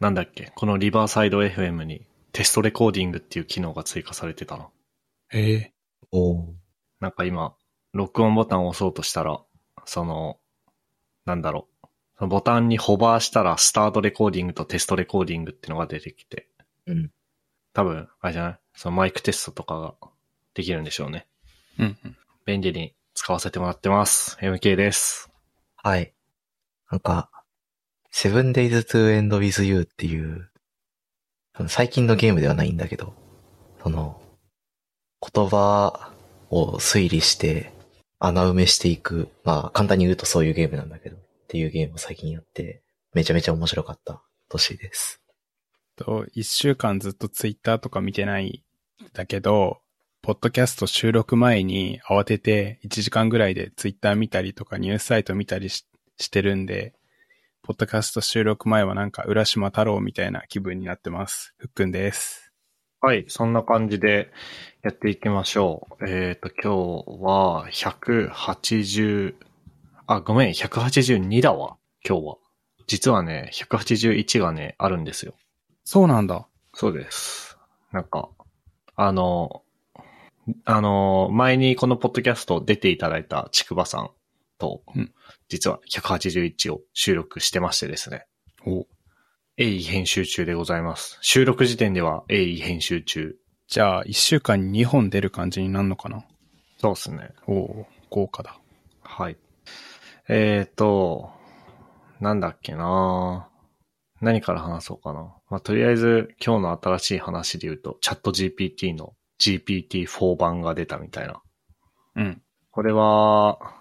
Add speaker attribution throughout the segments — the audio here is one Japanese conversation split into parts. Speaker 1: なんだっけ、このリバーサイド FM にテストレコーディングっていう機能が追加されてたの。
Speaker 2: へえ。
Speaker 3: おー
Speaker 1: なんか今、録音ボタンを押そうとしたら、その、なんだろう。そのボタンにホバーしたら、スタートレコーディングとテストレコーディングってのが出てきて、
Speaker 3: うん。
Speaker 1: 多分、あれじゃないそのマイクテストとかができるんでしょうね。
Speaker 2: うんうん。
Speaker 1: 便利に使わせてもらってます。MK です。
Speaker 3: はい。なんか、Seven Days to End with You っていう、その最近のゲームではないんだけど、その、言葉を推理して穴埋めしていく、まあ簡単に言うとそういうゲームなんだけど、っていうゲームを最近やって、めちゃめちゃ面白かった年です。
Speaker 2: と、一週間ずっとツイッターとか見てないんだけど、ポッドキャスト収録前に慌てて1時間ぐらいでツイッター見たりとかニュースサイト見たりししてるんで、ポッドキャスト収録前はなんか浦島太郎みたいな気分になってます。ふっくんです。
Speaker 1: はい、そんな感じでやっていきましょう。えっ、と、今日は180、あ、ごめん、182だわ、今日は。実はね、181がね、あるんですよ。
Speaker 2: そうなんだ。
Speaker 1: そうです。なんか、あの、あの、前にこのポッドキャスト出ていただいたちくばさんと、
Speaker 2: うん
Speaker 1: 実は181を収録してましてですね。
Speaker 2: お
Speaker 1: 鋭意編集中でございます。収録時点では鋭意編集中。
Speaker 2: じゃあ一週間に2本出る感じになるのかな
Speaker 1: そうですね。
Speaker 2: おお豪華だ。
Speaker 1: はい。えっ、ー、と、なんだっけな何から話そうかな。まあ、とりあえず今日の新しい話で言うと、チャット GPT の GPT4 版が出たみたいな。
Speaker 2: うん。
Speaker 1: これは、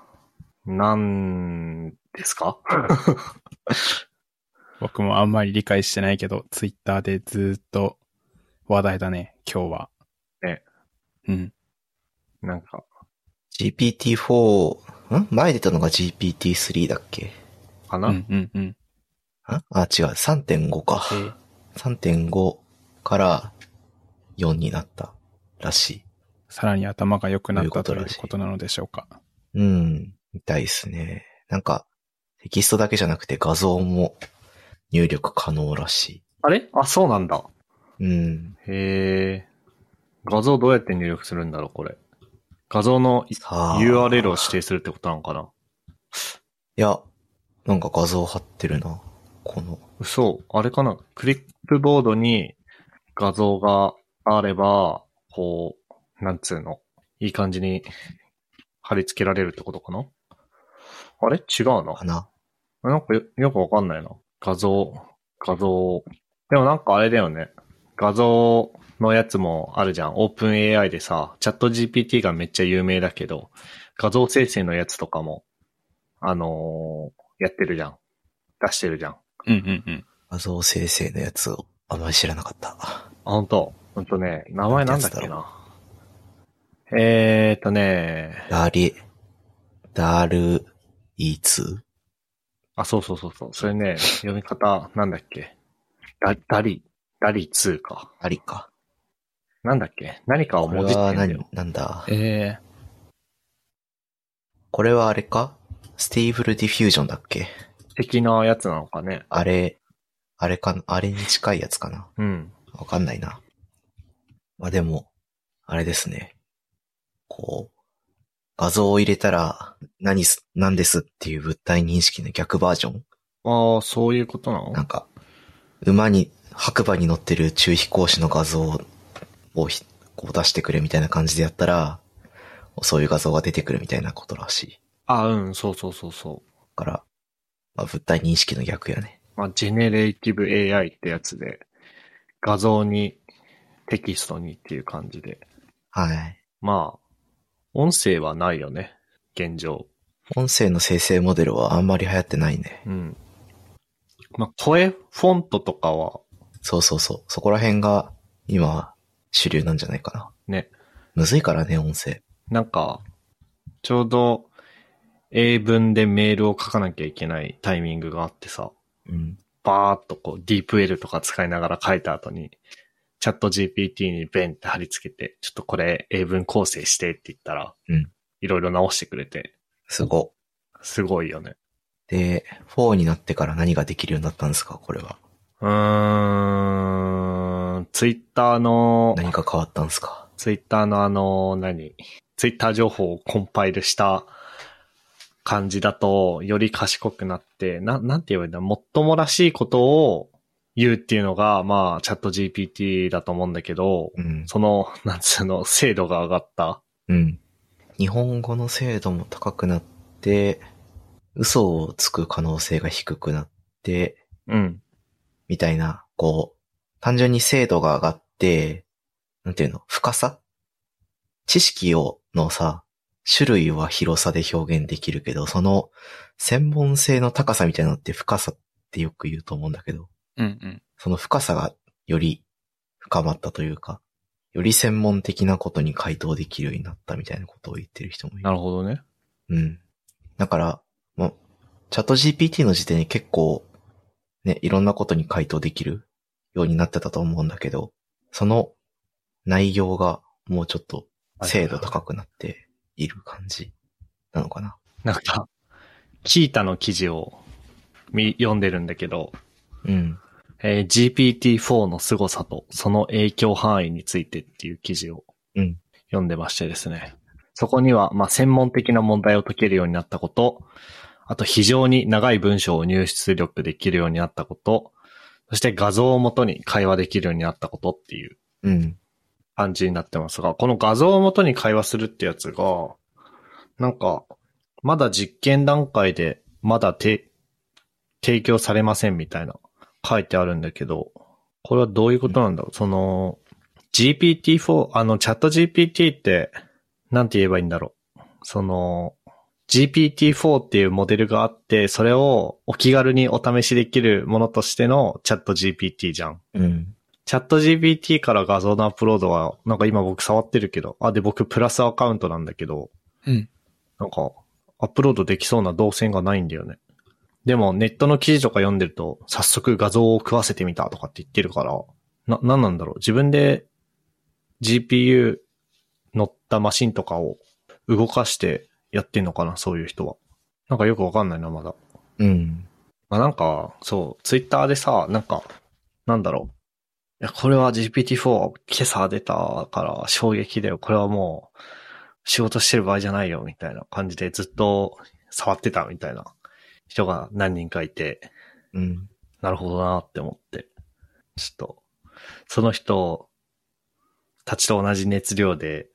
Speaker 1: なんですか
Speaker 2: 僕もあんまり理解してないけど、ツイッターでずーっと話題だね、今日は。
Speaker 1: ね。
Speaker 2: うん。
Speaker 1: なんか、
Speaker 3: GPT4、ん前出たのが GPT3 だっけ
Speaker 1: か
Speaker 2: う
Speaker 1: な、
Speaker 2: んうんうん。
Speaker 3: んあ、違う、3.5か。
Speaker 2: え
Speaker 3: 3.5から4になったらし
Speaker 2: さらに頭が良くなった
Speaker 3: と
Speaker 2: と
Speaker 3: い
Speaker 2: いう
Speaker 3: こと
Speaker 2: う
Speaker 3: らしい
Speaker 2: ことなのでしょうか。
Speaker 3: い。うん、みたいですね。なんか、テキストだけじゃなくて画像も入力可能らし
Speaker 1: あれあ、そうなんだ。
Speaker 3: い。うん。
Speaker 1: へえ。画像どうやって入力するんだろう、これ。画像のい
Speaker 3: さあ。
Speaker 1: URL を指
Speaker 3: い
Speaker 1: 定するってことなのかな
Speaker 3: や、なんか画像貼ってるな。この。
Speaker 1: 嘘。あれかなクリップボードに画像があれば、こう、なんつうの。いい感じに貼り付けられるってことかなあれ違うな。
Speaker 3: かな。
Speaker 1: なんかよよくわかんないな。画像、画像。でもなんかあれだよね。画像のやつもあるじゃん。オープン AI でさ、チャット GPT がめっちゃ有名だけど、画像生成のやつとかも、あのーやってるじゃん。出してるじゃん。あ、
Speaker 2: うんうんうん。
Speaker 3: 画像生成のやつをあんまり知らなかった。
Speaker 1: ほんと。ほんとね、名前なんだっけ
Speaker 3: な
Speaker 1: な。えーっとね、
Speaker 3: ダリ、ダル、イツ
Speaker 1: あ、そうそうそうそう。それね、読み方なんだっけ。ダダリ、ダリ2か。
Speaker 3: ありか。
Speaker 1: なんだっけ何かを
Speaker 3: これ
Speaker 1: 文字って
Speaker 3: は
Speaker 1: んだよ
Speaker 3: 何、なんだ。
Speaker 2: ええ
Speaker 3: これはあれかスティーブルディフュージョンだっけ
Speaker 1: 的なやつなのかね。
Speaker 3: あれ、あれか、あれに近いやつかな
Speaker 1: うん。
Speaker 3: わかんないな。まあでも、あれですね。こう、画像を入れたら、何す、何ですっていう物体認識の逆バージョン
Speaker 1: ああ、そういうことなの
Speaker 3: なんか、馬に、白馬に乗ってる中飛行士の画像をひこう出してくれみたいな感じでやったら、そういう画像が出てくるみたいなことらしい。
Speaker 1: ああ、うん、そうそうそうそう。
Speaker 3: だから、まあ物体認識の逆やね。
Speaker 1: まあ、ジェネレイティブ AI ってやつで、画像に、テキストにっていう感じで。
Speaker 3: はい。
Speaker 1: まあ、音声はないよね。現状。
Speaker 3: 音声の生成モデルはあんまり流行ってないね。
Speaker 1: うん。まあ、声、フォントとかは、
Speaker 3: そうそうそう。そこら辺が今主流なんじゃないかな。
Speaker 1: ね、
Speaker 3: むずいからね、音声。
Speaker 1: なんか、ちょうど、英文でメールを書かなきゃいけないタイミングがあってさ。
Speaker 3: うん。
Speaker 1: バーっとこう、ディープ L とか使いながら書いた後に、チャット GPT にベンって貼り付けて、ちょっとこれ英文構成してって言ったら、
Speaker 3: うん
Speaker 1: いろいろ直してくれて、
Speaker 3: すご。
Speaker 1: すごいよね。
Speaker 3: で、4になってから何ができるようになったんですか、これは。
Speaker 1: うーん、ツイッターの、
Speaker 3: 何か変わったんですか
Speaker 1: ツイッターのあの、何ツイッター情報をコンパイルした感じだと、より賢くなって、な、なんて言えばいいんだもっともらしいことを言うっていうのが、まあ、チャット GPT だと思うんだけど、
Speaker 3: うん。
Speaker 1: その、なんつうの、精度が上がった。
Speaker 3: うん。日本語の精度も高くなって、嘘をつく可能性が低くなって、
Speaker 1: うん。
Speaker 3: みたいな、こう、単純に精度が上がって、なんていうの、深さ知識を、のさ、種類は広さで表現できるけど、その専門性の高さみたいなのって深さってよく言うと思うんだけど、
Speaker 2: うんうん。
Speaker 3: その深さがより深まったというか、より専門的なことに回答できるようになったみたいなことを言ってる人もいる
Speaker 1: な。るほどね。
Speaker 3: うん。だから、まあ、チャット GPT の時点に結構、ね、いろんなことに回答できるようになってたと思うんだけど、その内容がもうちょっと精度高くなっている感じなのかな。
Speaker 1: なんか、キータの記事を見読んでるんだけど、
Speaker 3: うん。
Speaker 1: えー GPT-4 の凄さとその影響範囲についてっていう記事を
Speaker 3: うん
Speaker 1: 読んでましてですね。そこには、まあ、専門的な問題を解けるようになったこと、あと非常に長い文章を入出力できるようになったこと、そして画像をもとに会話できるようになったことっていう
Speaker 3: うん。
Speaker 1: 感じになってますが、この画像をもとに会話するってやつが、なんか、まだ実験段階で、まだて、提供されませんみたいな、書いてあるんだけど、これはどういうことなんだろう、その、GPT-4、あの、チャット GPT って、なんて言えばいいんだろう。その、GPT-4 っていうモデルがあって、それをお気軽にお試しできるものとしてのチャット GPT じゃん。
Speaker 3: うん。
Speaker 1: チャット GPT から画像のアップロードは、なんか今僕触ってるけど、あ、で僕プラスアカウントなんだけど、
Speaker 2: うん。
Speaker 1: なんかアップロードできそうな動線がないんだよね。でもネットの記事とか読んでると、早速画像を食わせてみたとかって言ってるから、な、なんなんだろう自分で GPU 乗ったマシンとかを動かしてやってんのかなそういう人は。なんかよくわかんないな、まだ。
Speaker 3: うん。
Speaker 1: まあ、なんか、そう、ツイッターでさ、なんか、なんだろう。いや、これは GPT-4 今朝出たから衝撃だよ。これはもう、仕事してる場合じゃないよ、みたいな感じでずっと触ってたみたいな人が何人かいて、
Speaker 3: うん。
Speaker 1: なるほどなって思って。ちょっと、その人たちと同じ熱量で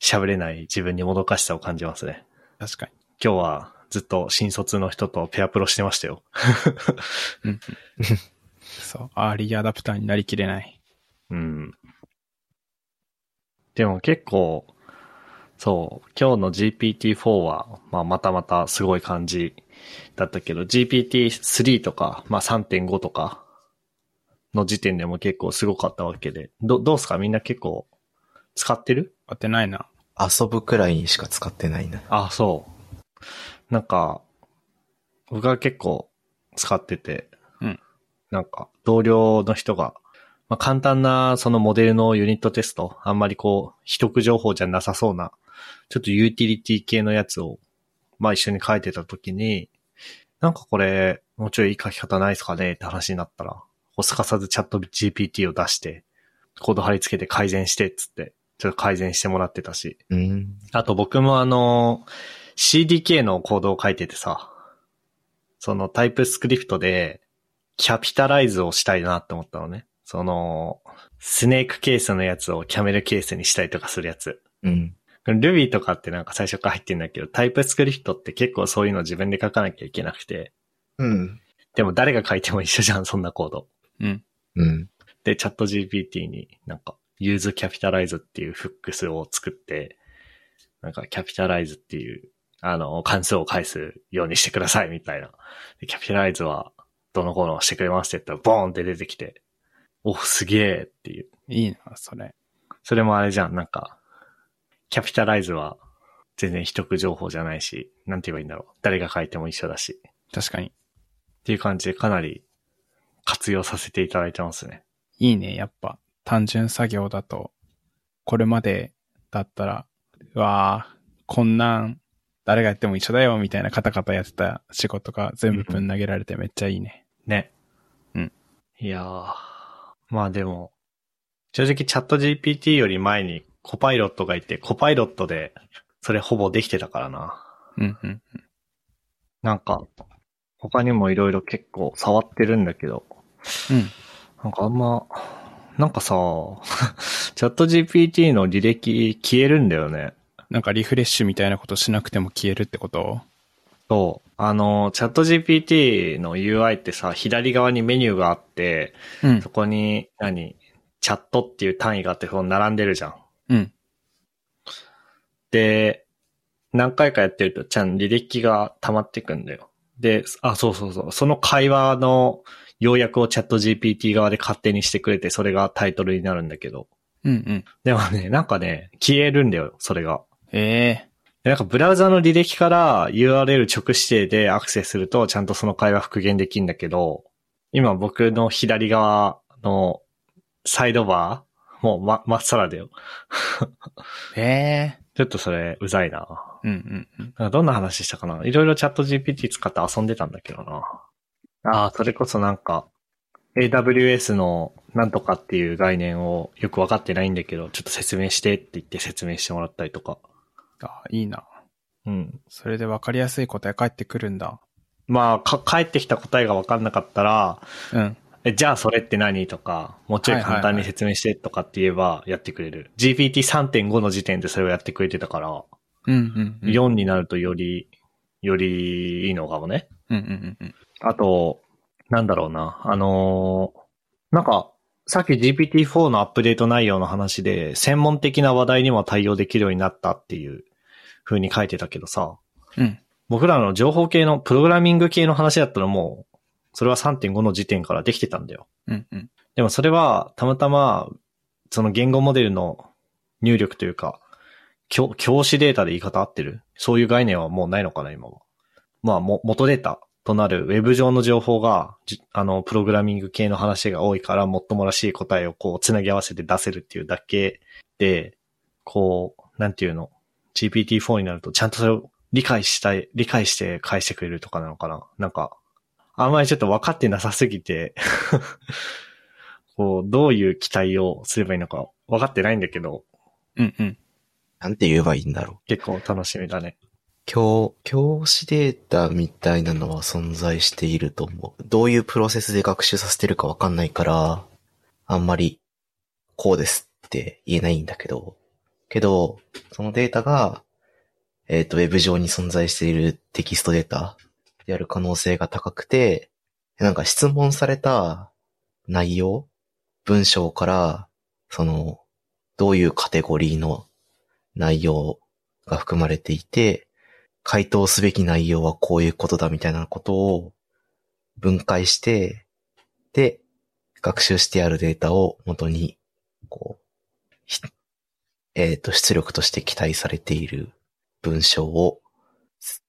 Speaker 1: 喋れない自分にもどかしさを感じますね。
Speaker 2: 確か
Speaker 1: 今日はずっと新卒の人とペアプロしてましたよ。
Speaker 2: に。そう。アーリーアダプターになりきれない。
Speaker 1: うん。でも結構、そう、今日の GPT-4 は、まあ、またまたすごい感じだったけど、GPT-3 とか、まあ、3.5とかの時点でも結構すごかったわけで、ど、どうすかみんな結構使ってる
Speaker 2: 当てないな。
Speaker 3: 遊ぶくらいにしか使ってないな。
Speaker 1: あ、そう。なんか、僕は結構使ってて、
Speaker 2: うん
Speaker 1: なんか、同僚の人が、まあ、簡単なそのモデルのユニットテスト、あんまりこう、秘匿情報じゃなさそうな、ちょっとユーティリティ系のやつを、まあ一緒に書いてた時に、なんかこれ、もうちょいいい書き方ないですかねって話になったら、こうすかさずチャット GPT を出して、コード貼り付けて改善してっつって、ちょっと改善してもらってたし、
Speaker 3: うん。
Speaker 1: あと僕もあの、CDK のコードを書いててさ、そのタイプスクリプトで、キャピタライズをしたいなって思ったのね。その、スネークケースのやつをキャメルケースにしたりとかするやつ。
Speaker 3: うん。
Speaker 1: Ruby とかってなんか最初から入ってんだけど、タイプスクリプトって結構そういうの自分で書かなきゃいけなくて。
Speaker 3: うん。
Speaker 1: でも誰が書いても一緒じゃん、そんなコード。
Speaker 2: うん。
Speaker 3: うん。
Speaker 1: で、チャット GPT になんか、ユーズキャピタライズっていうフックスを作って、なんか、キャピタライズっていう、あの、関数を返すようにしてください、みたいな。でキャピタライズは、どの頃してくれますって言ったら、ボーンって出てきて、お、すげえっていう。
Speaker 2: いいな、それ。
Speaker 1: それもあれじゃん、なんか、キャピタライズは、全然秘匿情報じゃないし、なんて言えばいいんだろう。誰が書いても一緒だし。
Speaker 2: 確かに。
Speaker 1: っていう感じで、かなり、活用させていただいてますね。
Speaker 2: いいね、やっぱ。単純作業だと、これまでだったら、うわあこんなん、誰がやっても一緒だよ、みたいなカタカタやってた仕事が全部ぶん投げられてめっちゃいいね。
Speaker 1: ね。
Speaker 2: うん。
Speaker 1: いやー。まあでも、正直チャット GPT より前にコパイロットがいて、コパイロットでそれほぼできてたからな。
Speaker 2: うんうん。
Speaker 1: なんか、他にもいろいろ結構触ってるんだけど、
Speaker 2: うん。
Speaker 1: なんかあんま、なんかさ、 チャット GPT の履歴消えるんだよね。
Speaker 2: なんかリフレッシュみたいなことしなくても消えるってこと
Speaker 1: そう。あの、チャット GPT の UI ってさ、左側にメニューがあって、
Speaker 2: うん
Speaker 1: そ。こに、何、チャットっていう単位があって、その並んでるじゃん。
Speaker 2: うん。
Speaker 1: で、何回かやってると、ちゃん、履歴が溜まってくんだよ。で、あ、そうそうそう。その会話の要約をチャット GPT 側で勝手にしてくれて、それがタイトルになるんだけど。
Speaker 2: うんうん。
Speaker 1: でもね、なんかね、消えるんだよ、それが。
Speaker 2: ええ
Speaker 1: でなんかブラウザの履歴から URL 直指定でアクセスするとちゃんとその会話復元できんだけど、今僕の左側のサイドバーもうま、まっさらだよ。
Speaker 2: ええ
Speaker 1: ちょっとそれ、うざいな。
Speaker 2: うんうんう
Speaker 1: な
Speaker 2: ん。
Speaker 1: んかどんな話したかないろいろチャット GPT 使って遊んでたんだけどな。ああ、それこそなんか、AWS のなんとかっていう概念をよくわかってないんだけど、ちょっと説明してって言って説明してもらったりとか。
Speaker 2: あ、いいな。
Speaker 1: うん。
Speaker 2: それで分かりやすい答え返ってくるんだ。
Speaker 1: まあ、か、返ってきた答えがわかんなかったら、
Speaker 2: うん。
Speaker 1: えじゃあそれって何とか、もうちょい簡単に説明してとかって言えばやってくれる。GPT3.5 の時点でそれをやってくれてたから、
Speaker 2: うんうん。
Speaker 1: 4になるとより、よりいいのかもね。
Speaker 2: うんうんうん。
Speaker 1: あと、なんだろうな。あのーなんか、さっき GPT-4 のアップデート内容の話で、専門的な話題にも対応できるようになったっていう風に書いてたけどさ、
Speaker 2: うん。
Speaker 1: 僕らの情報系の、プログラミング系の話だったらもう、それは3.5の時点からできてたんだよ。
Speaker 2: うんうん。
Speaker 1: でもそれは、たまたま、その言語モデルの入力というか、教、教師データで言い方合ってるそういう概念はもうないのかな、今は。まあ、も、元データとなるウェブ上の情報が、じあの、プログラミング系の話が多いから、もっともらしい答えをこう、つなぎ合わせて出せるっていうだけで、こう、なんていうの、GPT-4 になると、ちゃんとそれを理解したい、理解して返してくれるとかなのかななんか、あんまりちょっと分かってなさすぎて、こう、どういう期待をすればいいのか分かってないんだけど、
Speaker 2: うんうん。
Speaker 3: なんて言えばいいんだろう。
Speaker 1: 結構楽しみだね。
Speaker 3: 教、教師データみたいなのは存在していると思う。どういうプロセスで学習させてるかわかんないから、あんまり、こうですって言えないんだけど、けど、そのデータが、えっ、と、ウェブ上に存在しているテキストデータである可能性が高くて、なんか質問された内容、文章から、その、どういうカテゴリーの内容が含まれていて、回答すべき内容はこういうことだみたいなことを分解して、で、学習してあるデータを元に、こう、ひえっ、と、出力として記載されている文章を、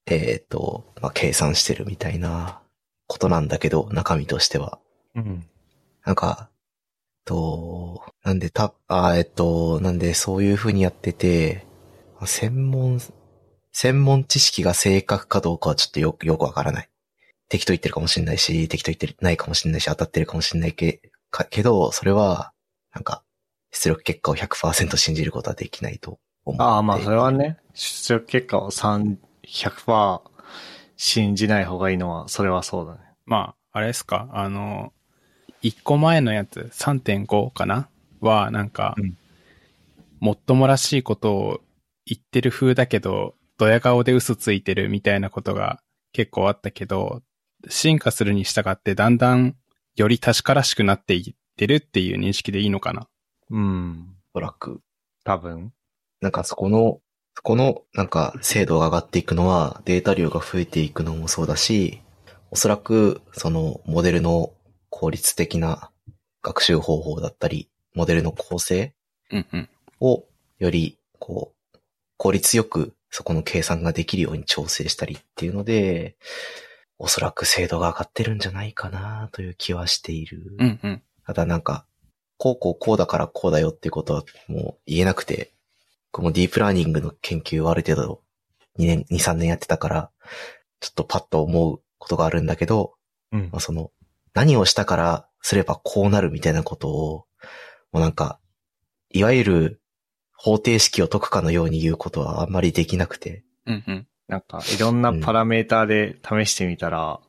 Speaker 3: えっ、と、まあ、計算してるみたいなことなんだけど、中身としては。
Speaker 1: うん。
Speaker 3: なんか、と、なんでた、あ、えっと、なんでそういう風にやってて、専門、専門知識が正確かどうかはちょっとよく、よくわからない。適当言ってるかもしれないし、適当言ってないかもしれないし、当たってるかもしれないけ、かけど、それは、なんか、出力結果を100%信じることはできないと思って。
Speaker 1: ああ、まあ、それはね、出力結果を3、100%信じない方がいいのは、それはそうだね。
Speaker 2: まあ、あれですか、あの、1個前のやつ、3.5かなは、なんか、
Speaker 1: うん
Speaker 2: もっともらしいことを言ってる風だけど、ドヤ顔で嘘ついてるみたいなことが結構あったけど、進化するに従ってだんだんより確からしくなっていってるっていう認識でいいのかな
Speaker 1: うん。
Speaker 3: おそらく。
Speaker 1: 多分。
Speaker 3: なんかそこの、そこの、なんか精度が上がっていくのは、データ量が増えていくのもそうだし、おそらく、その、モデルの効率的な学習方法だったり、モデルの構成
Speaker 2: うんうん。
Speaker 3: を、より、こう、効率よく、そこの計算ができるように調整したりっていうので、おそらく精度が上がってるんじゃないかなという気はしている。
Speaker 2: うんうん。
Speaker 3: ただなんか、こうこうこうだからこうだよっていうことはもう言えなくて、このディープラーニングの研究をある程度2年、2、3年やってたから、ちょっとパッと思うことがあるんだけど、
Speaker 1: うん
Speaker 3: まあ、その、何をしたからすればこうなるみたいなことを、もうなんか、いわゆる方程式を解くかのように言うことはあんまりできなくて。
Speaker 2: うんうん。
Speaker 1: なんか、いろんなパラメーターで試してみたら、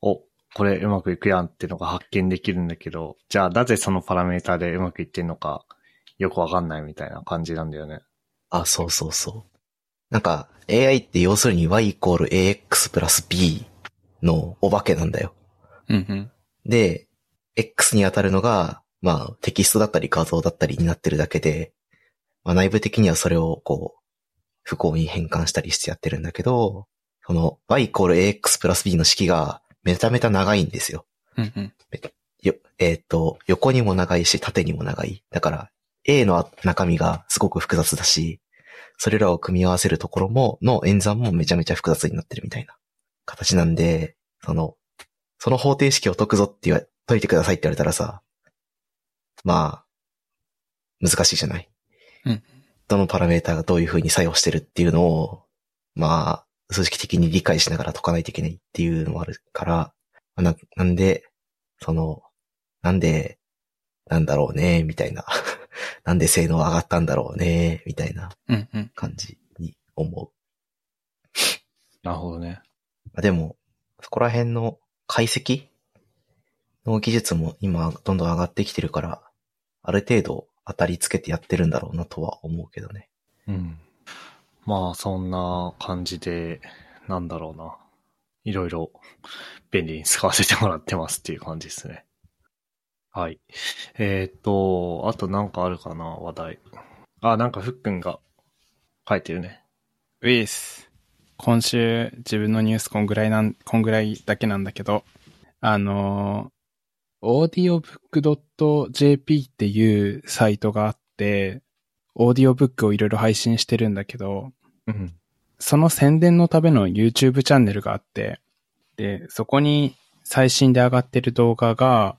Speaker 1: お、これうまくいくやんってのが発見できるんだけど、じゃあなぜそのパラメーターでうまくいってんのか、よくわかんないみたいな感じなんだよね。
Speaker 3: あ、そうそうそう。なんか、AI って要するに y イコール ax プラス b のお化けなんだよ。
Speaker 2: うんうん。
Speaker 3: で、X に当たるのが、まあ、テキストだったり画像だったりになってるだけで、まあ、内部的にはそれをこう、不幸に変換したりしてやってるんだけど、その y イコール ax プラス b の式がめちゃめちゃ長いんですよ。
Speaker 2: うんうん。
Speaker 3: よ、えっ、と、横にも長いし、縦にも長い。だから、A の中身がすごく複雑だし、それらを組み合わせるところも、の演算もめちゃめちゃ複雑になってるみたいな形なんで、その、その方程式を解くぞって言わ、解いてくださいって言われたらさ、まあ、難しいじゃない。
Speaker 2: うん
Speaker 3: どのパラメータがどういう風に作用してるっていうのを、まあ、数式的に理解しながら解かないといけないっていうのもあるから、な、なんで、その、なんで、なんだろうね、みたいな。 なんで性能上がったんだろうね、みたいな
Speaker 2: うんうん。
Speaker 3: 感じに思う。
Speaker 1: なるほどね。
Speaker 3: まあでも、そこら辺の解析の技術も今どんどん上がってきてるから、ある程度当たりつけてやってるんだろうなとは思うけどね。
Speaker 1: うん。まあ、そんな感じで、なんだろうな。いろいろ便利に使わせてもらってますっていう感じですね。はい。えーっと、あとなんかあるかな、話題。あ、なんかふっくんが書いてるね。
Speaker 2: ウィス。今週自分のニュースこんぐらいなん、こんぐらいだけなんだけど、あのー、audiobook.jp っていうサイトがあって、オーディオブックをいろいろ配信してるんだけど、
Speaker 1: うん。
Speaker 2: その宣伝のための YouTube チャンネルがあって、で、そこに最新で上がってる動画が、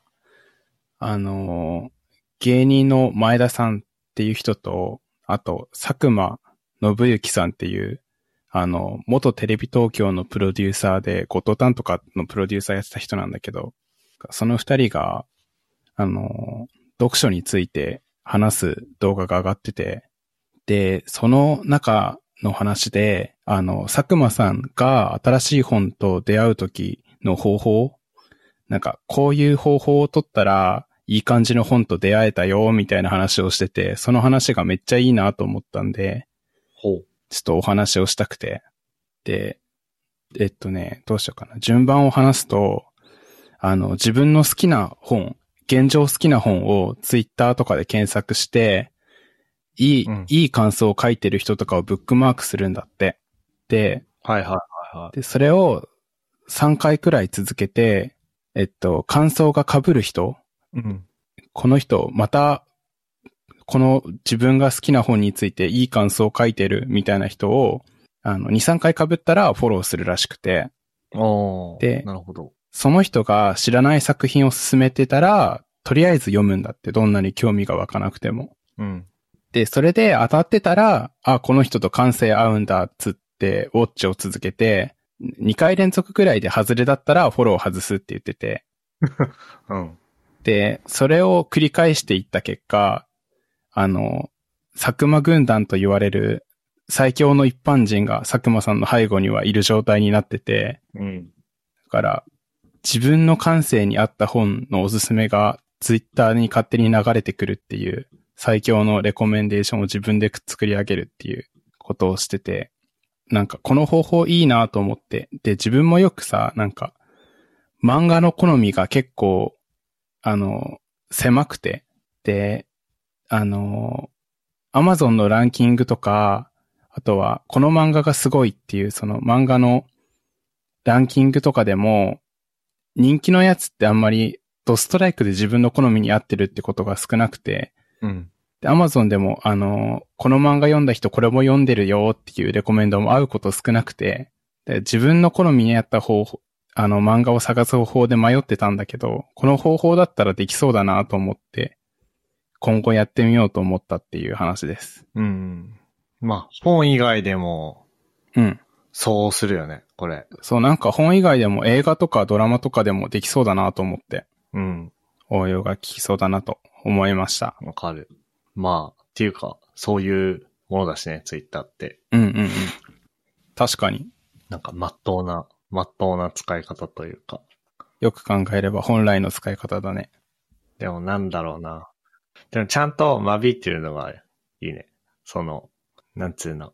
Speaker 2: あの、芸人の前田さんっていう人と、あと、佐久間信之さんっていう、あの、元テレビ東京のプロデューサーで、後藤丹とかのプロデューサーやってた人なんだけど、その二人が、あの、読書について話す動画が上がってて、で、その中の話で、あの、佐久間さんが新しい本と出会う時の方法、なんか、こういう方法を取ったら、いい感じの本と出会えたよ、みたいな話をしてて、その話がめっちゃいいなと思ったんで、
Speaker 1: ほう。
Speaker 2: ちょっとお話をしたくて。で、えっとね、どうしようかな。順番を話すと、あの、自分の好きな本、現状好きな本をツイッターとかで検索して、いい、
Speaker 1: うん
Speaker 2: いい感想を書いてる人とかをブックマークするんだって。で、
Speaker 1: はいはいはいはい。
Speaker 2: で、それを3回くらい続けて、えっと、感想が被る人
Speaker 1: うん。
Speaker 2: この人、また、この自分が好きな本についていい感想を書いてるみたいな人を、あの、2、3回被ったらフォローするらしくて、
Speaker 1: おー
Speaker 2: で
Speaker 1: なるほど。
Speaker 2: その人が知らない作品を勧めてたら、とりあえず読むんだって、どんなに興味が湧かなくても。
Speaker 1: うん。
Speaker 2: で、それで当たってたら、あ、この人と感性合うんだっつって、ウォッチを続けて、2回連続くらいで外れだったらフォロー外すって言ってて、
Speaker 1: うん。
Speaker 2: で、それを繰り返していった結果、あの、佐久間軍団と言われる最強の一般人が佐久間さんの背後にはいる状態になってて、
Speaker 1: うん。
Speaker 2: だから、自分の感性に合った本のおすすめがツイッターに勝手に流れてくるっていう最強のレコメンデーションを自分で作り上げるっていうことをしてて、なんかこの方法いいなと思って、で自分もよくさ、なんか漫画の好みが結構、あの、狭くて、で、あの、アマゾンのランキングとか、あとはこの漫画がすごいっていうその漫画のランキングとかでも、人気のやつってあんまりドストライクで自分の好みに合ってるってことが少なくて、
Speaker 1: うん。
Speaker 2: で、Amazon でも、あの、この漫画読んだ人これも読んでるよっていうレコメンドも合うこと少なくて、で自分の好みに合った方法、あの漫画を探す方法で迷ってたんだけど、この方法だったらできそうだなと思って、今後やってみようと思ったっていう話です。
Speaker 1: うん。まあ、本以外でも、
Speaker 2: うん。
Speaker 1: そうするよね、これ。
Speaker 2: そう、なんか本以外でも映画とかドラマとかでもできそうだなと思って。
Speaker 1: うん。
Speaker 2: 応用が効きそうだなと思いました。
Speaker 1: わかる。まあ、っていうか、そういうものだしね、ツイッターって。
Speaker 2: うんうんうん。確かに。
Speaker 1: なんか、まっとうな、まっとうな使い方というか。
Speaker 2: よく考えれば本来の使い方だね。
Speaker 1: でもなんだろうな。でもちゃんと間引いてるのがいいね。その、なんつうの。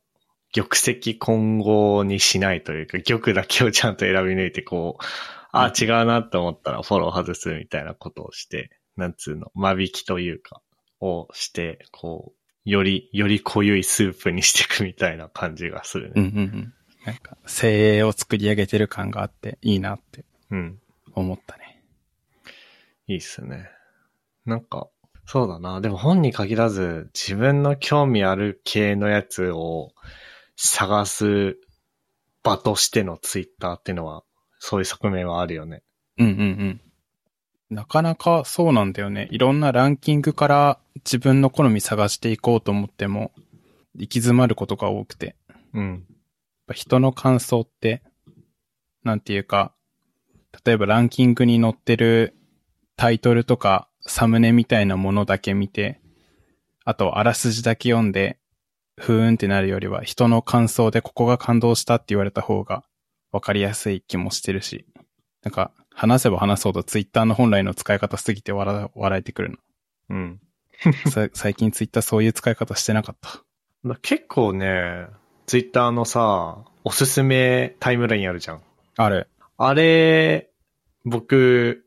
Speaker 1: 玉石混合にしないというか、玉だけをちゃんと選び抜いて、こう、ああ、違うなって思ったらフォロー外すみたいなことをして、なんつうの、間引きというか、をして、こう、より、より濃ゆいスープにしていくみたいな感じがする
Speaker 2: う
Speaker 1: ね。
Speaker 2: んうんうん。なんか、精鋭を作り上げてる感があっていいなって
Speaker 1: うん
Speaker 2: 思ったね。
Speaker 1: いいっすね。なんか、そうだな。でも本に限らず、自分の興味ある系のやつを探す場としてのツイッターってのは、そういう側面はあるよね。
Speaker 2: うんうんうん。なかなかそうなんだよね。いろんなランキングから自分の好み探していこうと思っても、行き詰まることが多くて。
Speaker 1: うん。
Speaker 2: やっぱ人の感想って、なんていうか、例えばランキングに載ってるタイトルとかサムネみたいなものだけ見て、あとあらすじだけ読んで、ふーんってなるよりは人の感想でここが感動したって言われた方がわかりやすい気もしてるし、なんか話せば話そうとツイッターの本来の使い方すぎて笑笑えてくる
Speaker 1: うん。
Speaker 2: の。さ最近ツイッターそういう使い方してなかった。
Speaker 1: まあ結構ね、ツイッターのさ、おすすめタイムラインあるじゃん。
Speaker 2: ある。
Speaker 1: あれ、僕、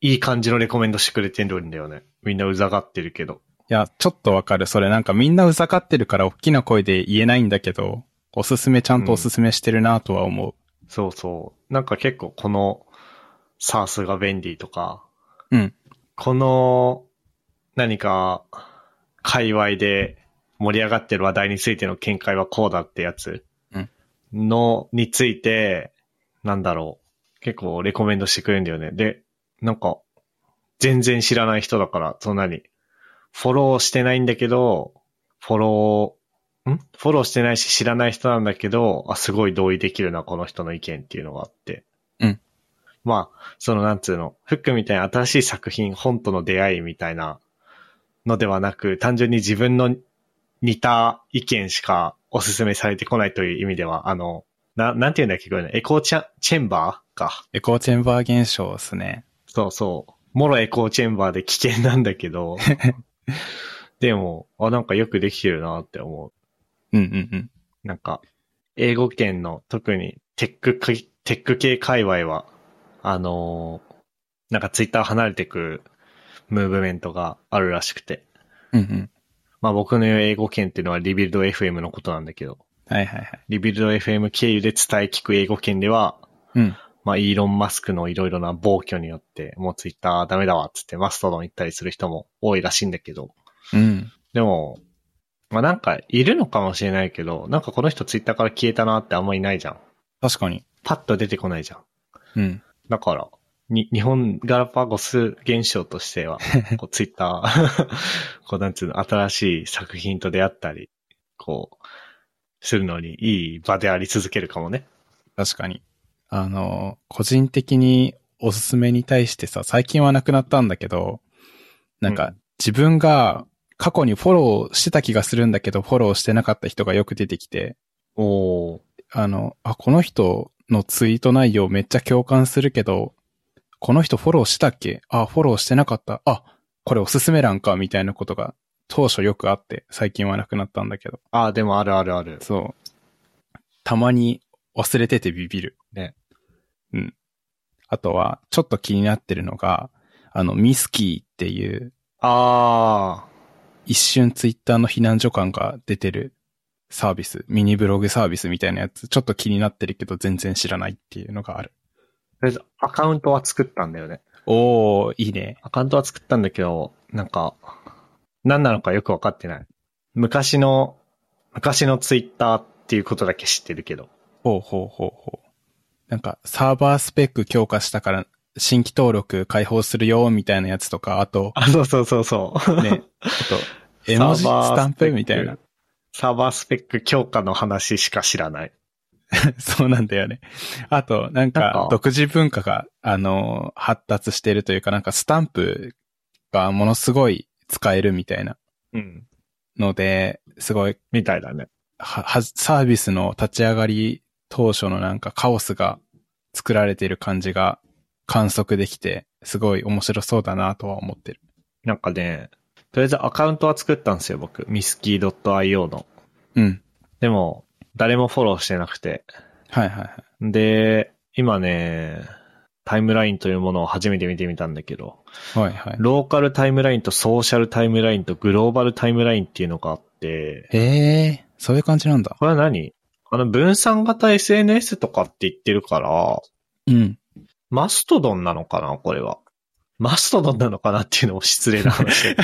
Speaker 1: いい感じのレコメンドしてくれてるんだよね。みんなうざがってるけど。
Speaker 2: いや、ちょっとわかる。それなんかみんなうざかってるから大きな声で言えないんだけど、おすすめちゃんとおすすめしてるなとは思う。
Speaker 1: そうそう。なんか結構この、サースが便利とか、
Speaker 2: うん。
Speaker 1: この、何か、界隈で盛り上がってる話題についての見解はこうだってやつ
Speaker 2: うん
Speaker 1: の、について、なんだろう。結構レコメンドしてくれるんだよね。で、なんか、全然知らない人だから、そんなに。フォローしてないんだけど、フォロー、んフォローしてないし知らない人なんだけど、あ、すごい同意できるな、この人の意見っていうのがあって。
Speaker 2: うん。
Speaker 1: まあ、そのなんつうの、フックみたいな新しい作品、本との出会いみたいなのではなく、単純に自分の似た意見しかおすすめされてこないという意味では、あの、な、なんて言うんだっけ、これね、エコーチャ、チェンバーか。
Speaker 2: エコーチェンバー現象ですね。
Speaker 1: そうそう。モロエコーチェンバーで危険なんだけど。でも、あ、なんかよくできてるなって思
Speaker 2: うんうんうん。
Speaker 1: う。なんか、英語圏の特にテックか、テック系界隈は、あのーなんかツイッター離れてくムーブメントがあるらしくて。
Speaker 2: うんうん。
Speaker 1: まあ僕の言う英語圏っていうのはリビルド FM のことなんだけど、
Speaker 2: はいはいはい。
Speaker 1: リビルド FM 経由で伝え聞く英語圏では、
Speaker 2: うん。
Speaker 1: まあ、イーロン・マスクのいろいろな暴挙によって、もうツイッターダメだわ、つってマストドン行ったりする人も多いらしいんだけど、
Speaker 2: うん。
Speaker 1: でも、まあ、なんかいるのかもしれないけど、なんかこの人ツイッターから消えたなってあんまりないじゃん。
Speaker 2: 確かに。
Speaker 1: パッと出てこないじゃん。
Speaker 2: うん。
Speaker 1: だから、に、日本ガラパゴス現象として は、こうツイッター、 こうなんつうの、新しい作品と出会ったり、こう、するのにいい場であり続けるかもね。
Speaker 2: 確かに。あの、個人的におすすめに対してさ、最近はなくなったんだけど、なん
Speaker 1: う
Speaker 2: か自分が過去にフォローしてた気がするんだけど、フォローしてなかった人がよく出てきて、
Speaker 1: おー。
Speaker 2: あの、あ、この人のツイート内容めっちゃ共感するけど、この人フォローしたっけあ、フォローしてなかった。あ、これおすすめ欄か、みたいなことが当初よくあって、最近はなくなったんだけど。
Speaker 1: ああ、でもあるあるある。
Speaker 2: そう。たまに忘れててビビる。
Speaker 1: ね。
Speaker 2: うん。あとは、ちょっと気になってるのが、あの、ミスキーっていう、
Speaker 1: ああ、
Speaker 2: 一瞬ツイッターの避難所感が出てるサービス、ミニブログサービスみたいなやつ、ちょっと気になってるけど全然知らないっていうのがある。
Speaker 1: とりあえずアカウントは作ったんだよね。
Speaker 2: おー、いいね。
Speaker 1: アカウントは作ったんだけど、なんか、何なのかよくわかってない。昔の、昔のツイッターっていうことだけ知ってるけど。
Speaker 2: ほうほうほうほう。なんか、サーバースペック強化したから、新規登録開放するよ、みたいなやつとか、あと、
Speaker 1: あ、そうそうそうそう。
Speaker 2: ね、あと、絵文字、ス
Speaker 1: サーバー
Speaker 2: タンプみたいな。
Speaker 1: サーバースペック強化の話しか知らない。
Speaker 2: そうなんだよね。あと、なん
Speaker 1: なん
Speaker 2: か
Speaker 1: か、
Speaker 2: 独自文化が、あのー、発達してるというか、なんか、スタンプがものすごい使えるみたいな
Speaker 1: うん。
Speaker 2: ので、すごい
Speaker 1: みたいだね。
Speaker 2: は、は、サービスの立ち上がり当初のなんかカオスが作られている感じが観測できて、すごい面白そうだなとは思ってる。
Speaker 1: なんかね、とりあえずアカウントは作ったんですよ、僕。ミスキー .io の。
Speaker 2: うん。
Speaker 1: でも、誰もフォローしてなくて。
Speaker 2: はいはいはい。
Speaker 1: で、今ね、タイムラインというものを初めて見てみたんだけど、
Speaker 2: はいはい。
Speaker 1: ローカルタイムラインとソーシャルタイムラインとグローバルタイムラインっていうのがあって、
Speaker 2: ええー、そういう感じなんだ。
Speaker 1: これは何あの分散型 SNS とかって言ってるから、
Speaker 2: うん。
Speaker 1: マストドンなのかなこれは。マストドンなのかなっていうのも失礼な話で。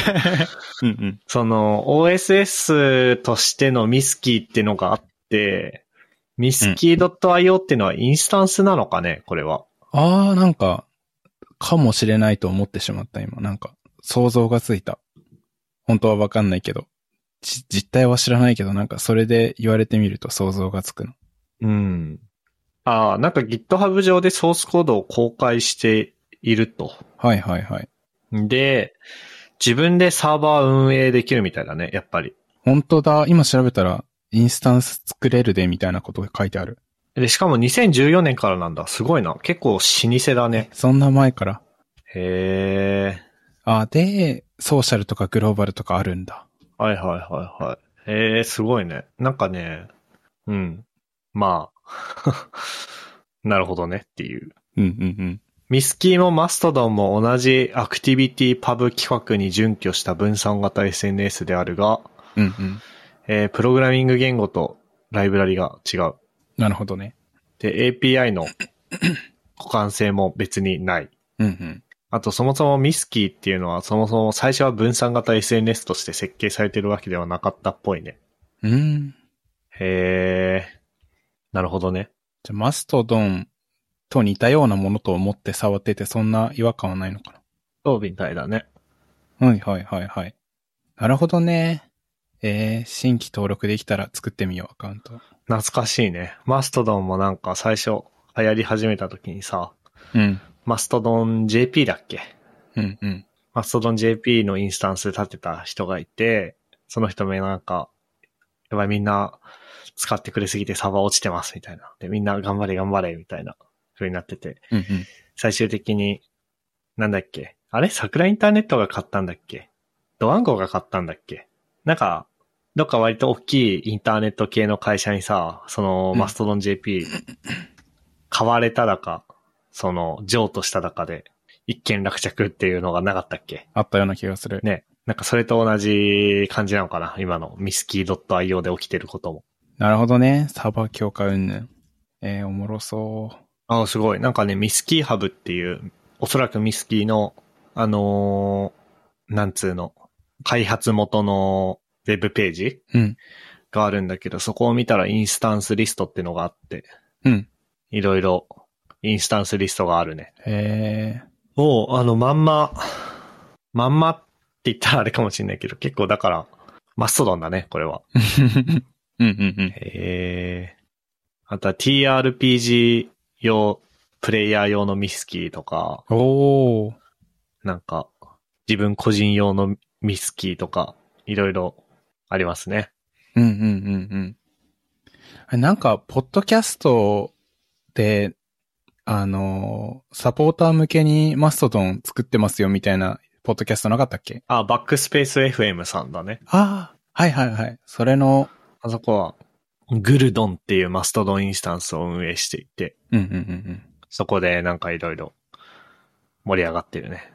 Speaker 2: うんうん。
Speaker 1: その OSS としてのミスキーってのがあって、ミスキー .io ってのはインスタンスなのかねこれは。
Speaker 2: あー、なんか、かもしれないと思ってしまった今。なんか、想像がついた。本当はわかんないけど。じ、実態は知らないけど、なんかそれで言われてみると想像がつくの。
Speaker 1: うん。ああ、なんか GitHub 上でソースコードを公開していると。
Speaker 2: はいはいはい。
Speaker 1: で、自分でサーバー運営できるみたいだね、やっぱり。
Speaker 2: 本当だ。今調べたら、インスタンス作れるでみたいなことが書いてある。
Speaker 1: で、しかも2014年からなんだ。すごいな。結構老舗だね。
Speaker 2: そんな前から。
Speaker 1: へえ。
Speaker 2: あ、で、ソーシャルとかグローバルとかあるんだ。
Speaker 1: はいはいはいはい。へえ、すごいね。なんかね、うん。まあ。 なるほどねっていう。
Speaker 2: うんうんうん。
Speaker 1: ミスキーもマストドンも同じアクティビティパブ企画に準拠した分散型 SNS であるが、
Speaker 2: うんうん。
Speaker 1: えープログラミング言語とライブラリが違う。
Speaker 2: なるほどね。
Speaker 1: で、API の互換性も別にない。
Speaker 2: うんうん。
Speaker 1: あと、そもそもミスキーっていうのは、そもそも最初は分散型 SNS として設計されてるわけではなかったっぽいね。
Speaker 2: うーん。
Speaker 1: へえ。なるほどね。
Speaker 2: じゃあ、マストドンと似たようなものと思って触ってて、そんな違和感はないのか
Speaker 1: そうみたいだね。
Speaker 2: なはいはいはいはい。なるほどね。えー、新規登録できたら作ってみよう、アカウント。
Speaker 1: 懐かしいね。マストドンもなんか最初流行り始めた時にさ、
Speaker 2: うん。
Speaker 1: マストドン JP だっけ
Speaker 2: うんうん。
Speaker 1: マストドン JP のインスタンス立てた人がいて、その人もなんか、やばいみんな使ってくれすぎてサーバー落ちてますみたいな。で、みんな頑張れ頑張れみたいな風になってて、
Speaker 2: うんうん。
Speaker 1: 最終的に、なんだっけあれ桜インターネットが買ったんだっけドワンゴが買ったんだっけなんか、どっか割と大きいインターネット系の会社にさ、その
Speaker 2: うん
Speaker 1: マストドン JP、買われただか、その譲渡しただかで、一件落着っていうのがなかったっけ
Speaker 2: あったような気がする。
Speaker 1: ね。なんかそれと同じ感じなのかな今のミスキー .io で起きてることも。
Speaker 2: なるほどね。サーバー強化云々。えー、おもろそ
Speaker 1: ああ、すごい。なんかね、ミスキーハブっていう、おそらくミスキーの、あのーなんつうの、開発元のウェブページ
Speaker 2: う。うん。
Speaker 1: があるんだけど、そこを見たらインスタンスリストってのがあって、
Speaker 2: うん。
Speaker 1: いろいろインスタンスリストがあるね。
Speaker 2: え
Speaker 1: もう、あの、まんま、まんまって言ったらあれかもしれないけど、結構だから、マストドンだね、これは。
Speaker 2: ー。うんうんうん。
Speaker 1: ええあとは TRPG 用、プレイヤー用のミスキーとか、
Speaker 2: おー。
Speaker 1: なんか、自分個人用のミスキーとか、いろいろありますね。
Speaker 2: うんうんうんうんあ。なんか、ポッドキャストで、あの、サポーター向けにマストドン作ってますよみたいな、ポッドキャストなかったっけ
Speaker 1: あ、バックスペース FM さんだね。
Speaker 2: ああ、はいはいはい。それの、
Speaker 1: あそこは、グルドンっていうマストドンインスタンスを運営していて、
Speaker 2: うんうんうんうん。
Speaker 1: そこでなんかいろいろ盛り上がってるね。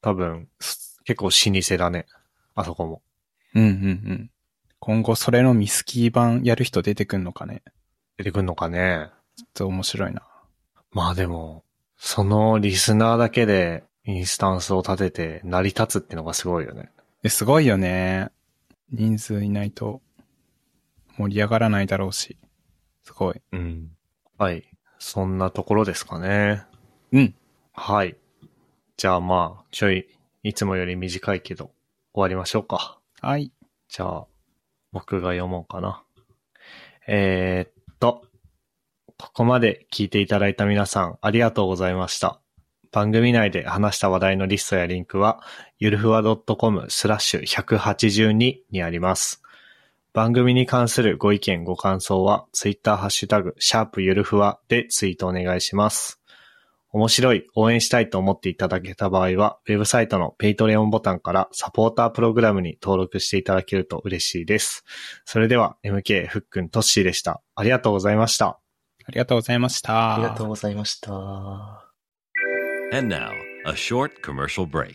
Speaker 1: 多分、す結構老舗だね。あそこも。
Speaker 2: うんうんうん。今後それのミスキー版やる人出てくんのかね
Speaker 1: 出てくんのかね。
Speaker 2: ちょっと面白いな。
Speaker 1: まあでも、そのリスナーだけでインスタンスを立てて成り立つってのがすごいよね。
Speaker 2: え、すごいよね。人数いないと盛り上がらないだろうし。すごい。
Speaker 1: うん。はい。そんなところですかね。
Speaker 2: うん。
Speaker 1: はい。じゃあまあ、ちょい、いつもより短いけど、終わりましょうか。
Speaker 2: はい。
Speaker 1: じゃあ、僕が読もうかな。えーっと、ここまで聞いていただいた皆さん、ありがとうございました。番組内で話した話題のリストやリンクは、ゆるふわ .com スラッシュ182にあります。番組に関するご意見、ご感想は、ツイッターハッシュタグ、シャープゆるふわでツイートお願いします。面白い、応援したいと思っていただけた場合は、ウェブサイトのペイトレオンボタンからサポータープログラムに登録していただけると嬉しいです。それでは、MK、ふっくん、トッシーでした。ありがとうございました。
Speaker 2: ありがとうございました。
Speaker 3: ありがとうございました。
Speaker 4: And now, a short commercial break.